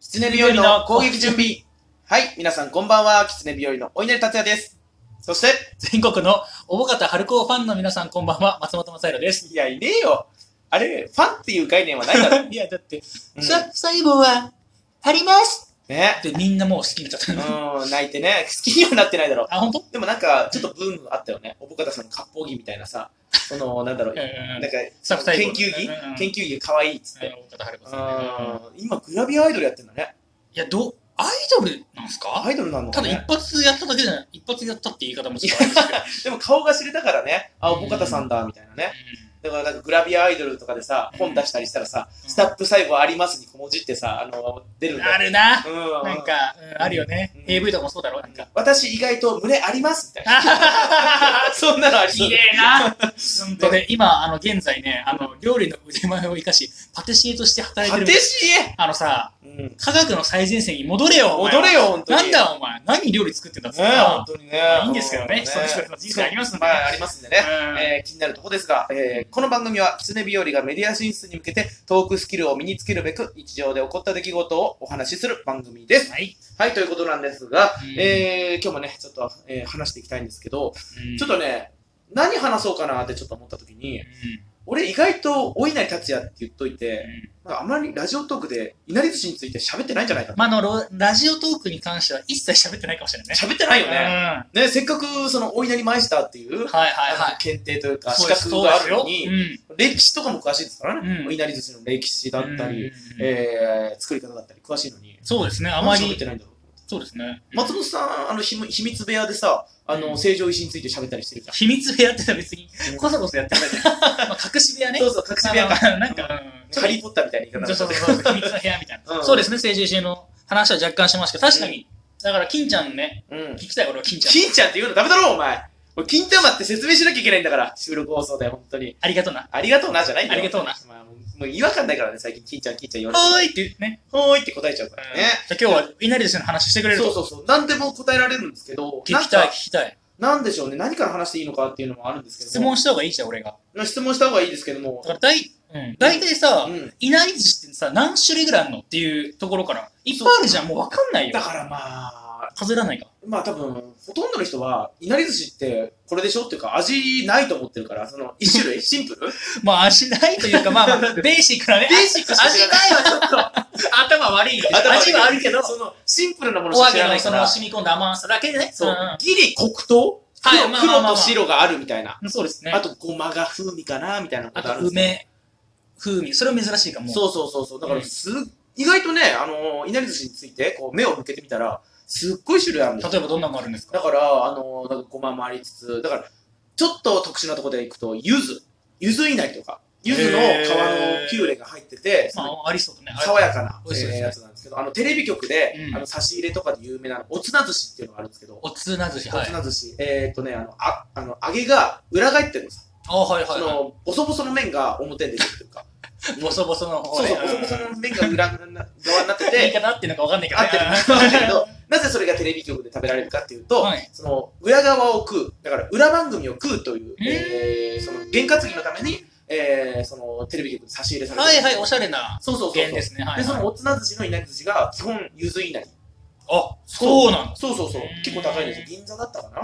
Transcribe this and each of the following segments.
狐日和の攻撃準備。はい、皆さんこんばんは。狐日和のお稲荷達也です。そして、全国のおぼかた春高ファンの皆さん、こんばんは。松本正弘です。いや、いねえよ。あれ、ファンっていう概念はないだ ろ。いや、だって、うんさ細胞は、ありますねっ。てみんなもう好きになっちゃった。うん、泣いてね。好きにはなってないだろ。あ、ほんとでもなんか、ちょっとブームあったよね。おぼかたさんの割烹着みたいなさ、その、なんだろう、なんか、サブタイト研ル究着うんうん研究着可愛いっつって。おぼかた春う子んさんね。今、グラビアアイドルやってんだね。いや、どう、アイドルなんすかアイドルなのたかだ一ね。発やっただけじゃない、一発やったって言い方もちょっとあれ ですでけど。も顔が知れたからね、あ、おぼかたさんだ、みたいなね。だからなんかグラビアアイドルとかでさ、本出したりしたらさ、スタップ細胞ありますに小文字ってさ、あの、出るうんんだよあるな。うん。なん、か、うんあるよねうん。 AV とかもそうだろなんか。私意外と胸あります みたいな。そんなのありそう綺。麗な。本当で、今、あの、現在ね、あの、料理の腕前を生かし、パティシエとして働いて果る。てしえあのさ、うん。科学の最前線に戻れよ、お前踊れよ、本当なに。んだお前、何料理作ってんだっつっねてえ、本な当にねい。いんですけどね人それぞれの人生ありますんでねはい、ありますんでね。うんえー気になるとこですが、えーこの番組は、狐日和がメディア進出に向けて、トークスキルを身につけるべく、日常で起こった出来事をお話しする番組です。はい。はい、ということなんですが、うんえー今日もね、ちょっと、えー話していきたいんですけど、ちょっと、とね、何話そうかなってちょっと思った時にう、ん俺意外とお稲荷達也って言っといて、うんまあ、あまりラジオトークでいなり寿司について喋ってないんじゃないかなまあ、あのロ、ラジオトークに関しては一切喋ってないかもしれないね。喋ってないようんね。ね、せっかくそのお稲荷マイスターっていう、はいはいあはのい。検定というか資そうです格があるのそにう、ですよ歴史とかも詳しいですからね。うんお稲荷寿司の歴史だうんったり、うんえー作り方だったり詳しいのに、そうですね、あまなんで喋っりて、ないんだろう。そうですね。松本さん、あの、ひむ秘密部屋でさ、あうの、ん成城石井について喋ったりしてるじゃん。秘密部屋ってのは別にう、んこそこそやってない。まあ隠し部屋ね。 そうそう、隠し部屋か。あのなんか、うんハリー・ポッターみたいな言い方そうだったそねうそう、秘密の部屋みたいうんな。そうですね、政治中の話は若干しましたけど、確かに、だから、金ちゃんね、うん聞。きたい俺は金ちゃん。金ちゃんって言うのダメだろ、お前。俺、金玉って説明しなきゃいけないんだから、収録放送で、本当に。ありがとうな。ありがとうな、じゃないんだよ。ありがとうな。まあ、もうもう違和感ないからね、最近、金ちゃん、金ちゃん言われて。はーいってね。ほーいって答えちゃうからね。じゃあ今日はいなり寿司の話してくれるとそうそうそう。何でも答えられるんですけど、聞きたない聞んかきたいなんでしょうね、何から話していいのかっていうのもあるんですけど質も。問した方がいいじゃん俺が質問した方がいいですけどもだ。から大,、うん、大体さ、うん。いなり寿司ってさ何種類ぐらいあるのっていうところからいっぱいあるじゃんもう分かんないよだからまあ、数えらんないかまあ多分、ほとんどの人は、いなり寿司ってこれでしょっていうか、味ないと思ってるから、その、一種類シンプルまあ味ないというかまあ、まあ、ベーシックなね ベーシックしか味知ならいないはちょっと頭悪いけど 味はあるけどその、シンプルなものしおか揚知げらなのいかそらの。染み込んだ甘さだけでねそんう、ギリ黒糖はい黒まあ黒まあまあまとあ白があるみたいな。うんそうですねあと、ごまが風味かなみたいなこあとあとるんですよ梅風味それは珍しいかもそうそうそうそう。だかうらんす、意外とね、あのー、いなり寿司について、こう、目を向けてみたら、すっごい種類あるんですよ例えばどんなのがあるんですだかから、あのー、なんかごまもありつつ、だから、ちょっと特殊なところで行くと、柚子。柚子いなりとか。柚子の皮のピューレが入ってて、そまのあありそうだねあれ爽やかな、美味しそうですえーねやつなんですけど、あの、テレビ局で、うんあの、差し入れとかで有名なの、おつな寿司っていうのがあるんですけど、おつな寿司はおいつな寿司。えーっとね、あの、あ、あの、揚げが裏返ってるんです。あはいはいそはの、ボソボソの麺が表に出てるというか。いボソボソの方そうねそう、ボソボソの麺が裏側になって言いて、方合ってるのか分かんないけど合ねってるかわかんないけど、なぜそれがテレビ局で食べられるかっていうと、はいその裏側を食う、だから裏番組を食うという、へえーーその験担ぎのために、えーそのテレビ局で差し入れされてはいる。はい、おしゃれなそうそうそうそう。弦ですね。はい、で、そのおつな寿司のいなり寿司が基本、ゆずいなり。あ、そうなの。そうそうそううー。ん結構高いんですよ。銀座だったかな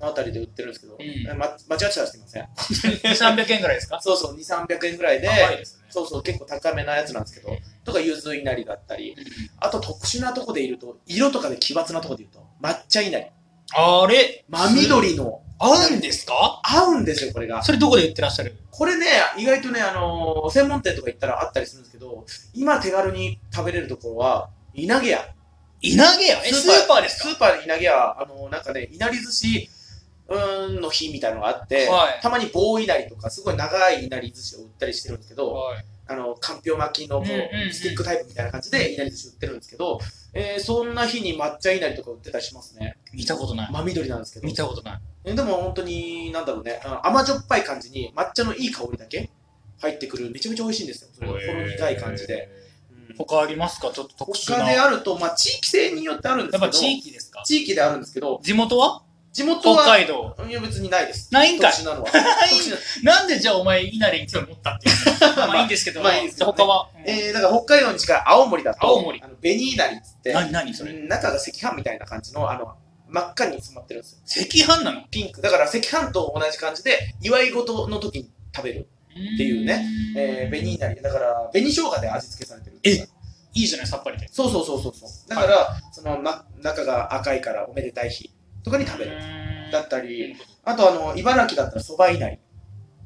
のあたりで売ってるんですけど、うんま、間違ってたらすいません。 2、300円ぐらいですかそうそう、2、300円ぐらいで、高いですね。そうそう、結構高めなやつなんですけど、とか、ゆずいなりだったり、あと特殊なとこでいると、色とかで奇抜なとこで言うと、抹茶いなり。あれ真緑の、合うんですか合うんですよ、これが。それどこで売ってらっしゃるこれね、意外とね、あのー専門店とか行ったらあったりするんですけど、今手軽に食べれるところは、稲毛屋。稲毛屋え、スーパーですかスーパーで稲毛屋、あのーなんかね、いなり寿司、うーんの日みたいなのがあって、はいたまに棒いなりとか、すごい長いいなり寿司を売ったりしてるんですけど、はい。あの、かんぴょう巻きのこうんうんうう、んスティックタイプみたいな感じで、いなり寿司売ってるんですけど、えーそんな日に抹茶いなりとか売ってたりしますね。見たことない。真緑なんですけど見。たことない。えでも本当に、なんだろうね、あの甘じょっぱい感じに抹茶のいい香りだけ入ってくる、めちゃめちゃ美味しいんですよ。それがほろ苦い感じで。。うん他ありますかちょっと特殊他な。でやっあると、まあ、地域性によってあるんですけど、ぱ地域ですか地域であるんですけど、地元は地元北は、海道。いや別にないです。 ないんかい特殊なのは。い特殊ななんでじゃあお前、稲荷に興味持ったっていうのまあいいんですけ ど、まあいいですじゃよあね他は、えー、だから北海道に近い青森だと、青森あのベニーナリっつって、何、何それうん中が赤飯みたいな感じの、あの、真っ赤に染まってるんですよ。赤飯なのっピンク。だから赤飯と同じ感じで、祝い事の時に食べる。ていうね。えー、ベニーナリ。だから、紅生姜で味付けされてるんですよ。いいじゃない、さっぱりで。そうそうそうそうそう。だから、その、ま、中が赤いからおめでたい日とかに食べる。だったり、あとあの、茨城だったら蕎麦稲荷。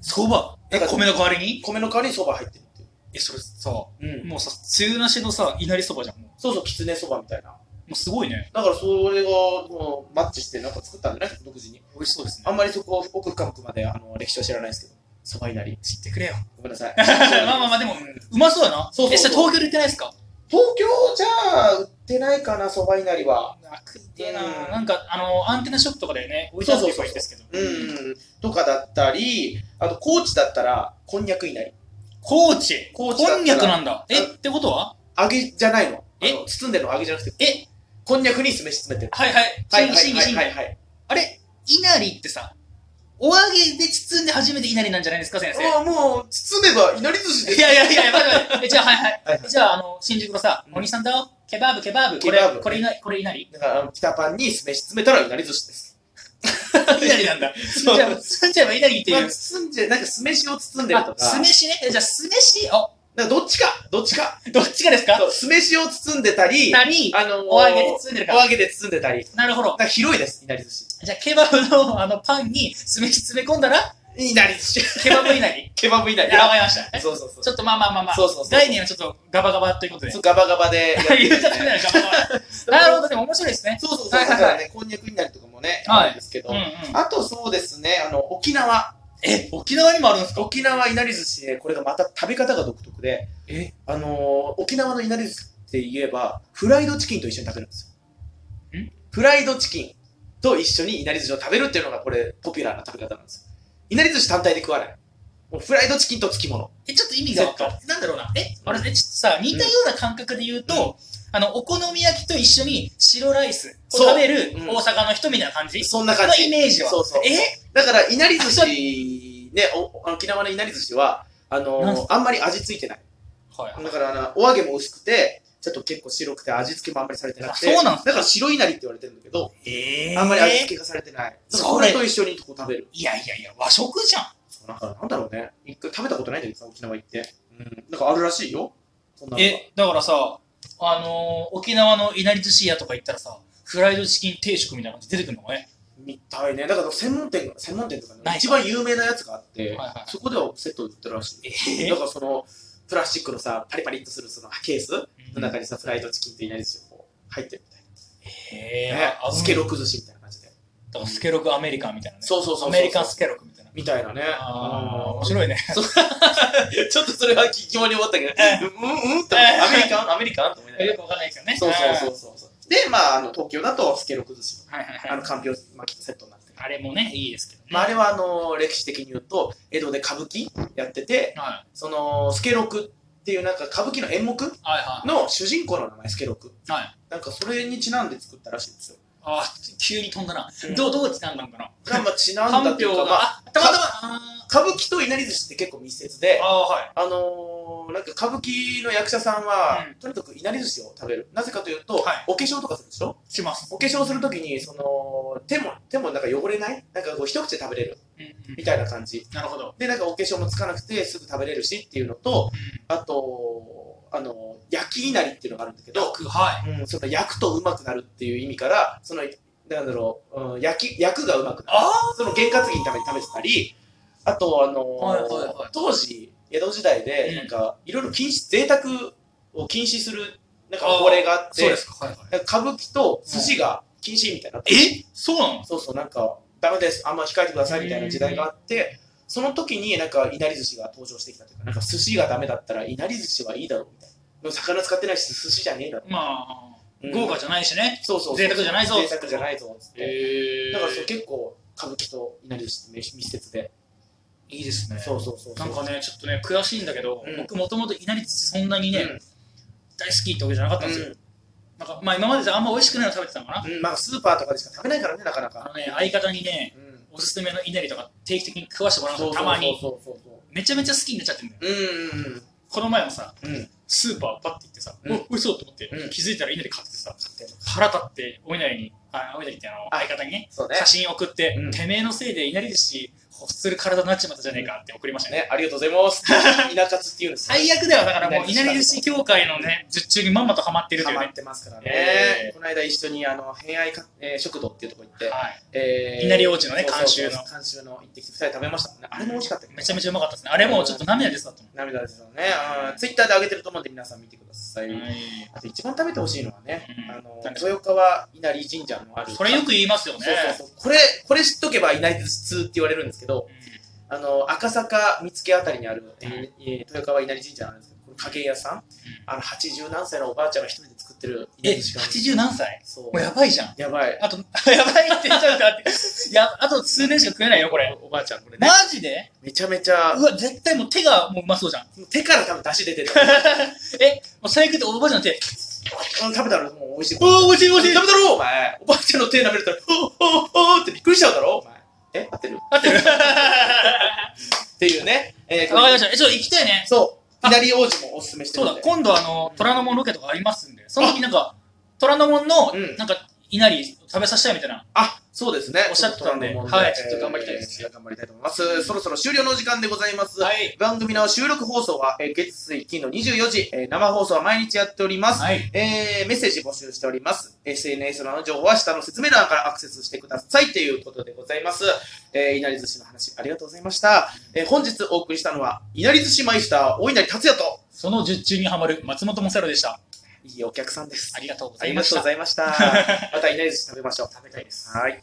そばだえ、から米の代わりに米の代わりに蕎麦入ってるっていう。え、それさ、もうん。うさ、つゆなしのさ、稲荷そばじゃん。もうそうそう、きつねそばみたいな。もうすごいね。だからそれがもうマッチしてなんか作ったんじゃない独自に。美味しそうですあね。んまりそこ奥深くまであの歴史は知らないですけど。そば稲荷。知っ てくれよ。ごめんな さい。まあまあまあでもうんうまそうだな。そうそうそうえ、それ東京で売ってないですか東京じゃあ売ってないかな、そば稲荷は。なくてなうんなんか、あの、アンテナショップとかでね、置いてあるそうとそうそういいですけど。うんうん。とかだったり、あと高知だったら、こんにゃく稲荷。高知。高知だったらこんにゃくなんだ。え、うってことは揚げじゃないの。えあの包んでるの揚げじゃなくて、え、こんにゃくに酢飯詰めてる。はいはい。はいはいはいはいは。はいいはい。あれ、稲荷ってさ、お揚げで包んで初めて稲荷なんじゃないですか、先生。ああ、もう包めば稲荷寿司でいす。やいやいや、待って待って。えじゃあ、は いはい。はいはいじゃあ、あの、新宿のさ、お兄さんだよ。ケバブ、ケバブ。これケバブ、これいな、これいなり。だからあの、北パンに酢飯詰めたら稲荷寿司です。いなりな んだ。そうじゃあ、包んじゃえばいなりってまいあう。包んじゃ、なんか酢飯を包んでるとあ、か。酢飯ね。えじゃあ、酢飯、お、なんかどっちか、どっちか。どっちがですか そう酢飯を包んでたり、なり、あのーお揚げで包んでるからお揚げで包んでたり。なるほどだ。から広いです、いなり寿司。じゃあ、ケバブのあのパンに酢飯詰め込んだら、いなり寿司。ケバブいなり。ケ バブいなあ、り。わかりました。そうそうそう。ちょっとまあまあまあまあ、そうそうそう概念はちょっとガバガバということでそ。うガバガバでやってるん言でうす ちゃね。ダメだよ、ガバ ガバ。なるほど、でも面白いですね。そうそうそう。はいはいだはいからね、こんにゃくいなりとかもね、はいあるんですけどうんう。ん。あとそうですね、あの、沖縄。え、沖縄にもあるんですか沖縄いなり寿司で、これがまた食べ方が独特で、えあのー、沖縄のいなり寿司って言えば、フライドチキンと一緒に食べるんですよん。フライドチキンと一緒にいなり寿司を食べるっていうのが、これ、ポピュラーな食べ方なんですよ。いなり寿司単体で食わない。もうフライドチキンと漬物。え、ちょっと意味が分かる。なんだろうな。え、あれ、えちょっとさ、似たような感覚で言うと、あの、お好み焼きと一緒に白ライスをそう食べるうん大阪の人みたいな感じ、そんなの感じ。イメージは。そうそう。えだから、いなり寿司、ね、おあの沖縄のいなり寿司は、あなんのすあんまり味付いてない。はいだからあの、お揚げも薄くて、ちょっと結構白くて味付けもあんまりされてなくて。あそうなんすかだから白いなりって言われてるんだけど、えあんまり味付けがされてない。だからこれそと一緒にこう食べる。いやいやいや、和食じゃん。なんか、なんだろうね。一回食べたことないんだけどさ、沖縄行って。うん。なんかあるらしいよ。そんなのが。え、だからさ、あのー、沖縄のいなり寿司屋とか行ったらさ、フライドチキン定食みたいな感じ出てくるのかね。みたいね。だから専門店が、専門店とかねない、か一番有名なやつがあって、はいはいそこではセットで売ってるらしい。えだからその、プラスチックのさ、パリパリっとするそのケースのうん中にさ、フライドチキンといなり寿司がこう入ってるみたいえな。ーねあ、あスケロク寿司みたいな感じで。だからスケロクアメリカンみたいなね。そうそうそうそう。アメリカンスケロクみたいな。みたいなね。ああ、うん面 白いね。ちょっとそれは疑問に思ったけど、うんうんって、えアメリカンアメリカンと思いながよら。くわかんないですよね。そうそうそうそう。で、まあ、あの東京だとスケロク寿司はいはいはいあの、かんぴょう巻きのセットになってる。あれもね、いいですけどね。まあ、あれはあの歴史的に言うと、江戸で歌舞伎やってて、はそのスケロクっていうなんか歌舞伎の演目い。はいはの主人公の名前、スケロク。い。はい。なんかそれにちなんで作ったらしいんですよ。あー、急に飛んだなうん。どう、どうちなんだんかな。まあまあちなんだっていうか、まあ、あ、たまたま。あ歌舞伎といなり寿司って結構密接でー、あー、はい。あのーなんか歌舞伎の役者さんは、うんとにかくいなり寿司を食べる。なぜかというと、はいお化粧とかするでしょします。お化粧するときに、その、手も、手もなんか汚れないなんかこう一口で食べれるうんみたいな感じ。なるほど。で、なんかお化粧もつかなくてすぐ食べれるしっていうのと、うんあと、あの、焼きいなりっていうのがあるんだけど、毒、はうん、その焼くとうまくなるっていう意味から、その、なんだろう、うん、焼き、焼くがうまくなる。あその験担ぎのために食べてたり、あと、あのーはいはいはい当時、江戸時代うで、んなんか、いろいろ禁止、贅沢を禁止する、なんか法令があっい。そうてで、すか。はいはい。なんか歌舞伎と寿司が禁止みたいになって、えそうなのそうそう、なんか、ダメです、あんま控えてくださいみたいな時代があって、その時になんか、いなり寿司が登場してきたというか、なんか、寿司がダメだったら、いなり寿司はいいだろうみたいな。でも魚使ってないし、寿司じゃねえだろ。まあ、うん豪華じゃないしね。そうそうそう贅沢じゃないぞ贅沢じゃないぞ。つってえだからそう、結構、歌舞伎といなり寿司って密接で。いいですね。そうそうそうそう。なんかね、ちょっとね、悔しいんだけどうん、僕もともといなりつそんなにね、うん大好きってわけじゃなかったんですよ。なんか、まあ今までじゃあんま美味しくないの食べてたのかな。うん、まあスーパーとかでしか食べないからね、なかなあか。のね、相方にね、うん。おすすめの稲荷とか定期的に食わしてもらうのたまに。そうそうそうめちゃめちゃ好きになっちゃってんだよ。そう。うん。この前もさ、うん。うん。スーパーパッて行ってさ、うんお美味しそうと思って、うん気づいたら稲荷買ってさ、腹立って、お稲荷に、あ、お稲荷ってあの、相方にね、そうね写。真送って、うんてめえのせいでいなり寿司欲する体になっちまったじゃねえかって送りましたね。ね、ありがとうございます。田舎つっていうんですか。最悪だよ、だからもう、いいななりり寿寿司司協会のね、術中にまんまとハマってるとハいうマねっ。てますからええね。この間一緒にあの、偏愛か、えー食堂っていうとこ行って、はい、えー、稲荷王子のねそうそう監修の監修の行ってきて、二人食べましたもんね。あれも美味しかったけどめちゃめちゃうまかったですね。あれもうちょっと涙出そうだったも涙ですよね。ツイッターで上げてると思うんで、皆さん見てください。ん。はいあと一番食べてほしいのはね、うんあのなんですか豊川稲荷神社のある。それよく言いますよね。そうそうそうこれ、これ知っとけば稲荷通って言われるんですけど、あの赤坂見附あたりにある、えーえー豊川稲荷神社なんですけど、これ影屋さん、あの80何歳のおばあちゃんが一人で作ってるえ、稲荷神社。 80何歳そもうう。やばいじゃん。やばい。あと、 やばいって言っちゃうとあって。いや、あと数年しか食えないよ、これ。おばあちゃん、これマね。ジでめちゃめちゃう、わ、絶対もう手がもううまそうじゃん。手から多分出汁出てる。え、もう最悪っておばあちゃんの手。うん食べたらもう美味しい。おー、おいしい、おいしいダ。メだろお前おばあちゃんの手舐めるとおおおおってびっくりしちゃうだろお前え合ってる合ってるわっていうね、えーかりました。え、ちょっと行きたいね。そう左王子もおすすめしてそるうんだ、で今度あの、虎ノ門ロケとかありますんで、その時なんか、虎ノ門のう、んなんか、稲荷食べさせたいみたいな。あそうですねおっしゃってたんでちょっとはいえーちょっと頑張りたいですえー頑張りたいと思いますそろそろ終了の時間でございます、い。番組の収録放送は、えー月水金の24時、えー生放送は毎日やっております、はい。えーメッセージ募集しております。SNS の情報は下の説明欄からアクセスしてくださいということでございます。えー、いなり寿司の話ありがとうございました。えー本日お送りしたのは、いなり寿司マイスター、大稲荷達也と、その術中にはまる松本もせろでした。いいお客さんですあ。りがとうごあざいりまがしとうたご。ざいました。またいなり寿司食べましょう。食べたいです。はい。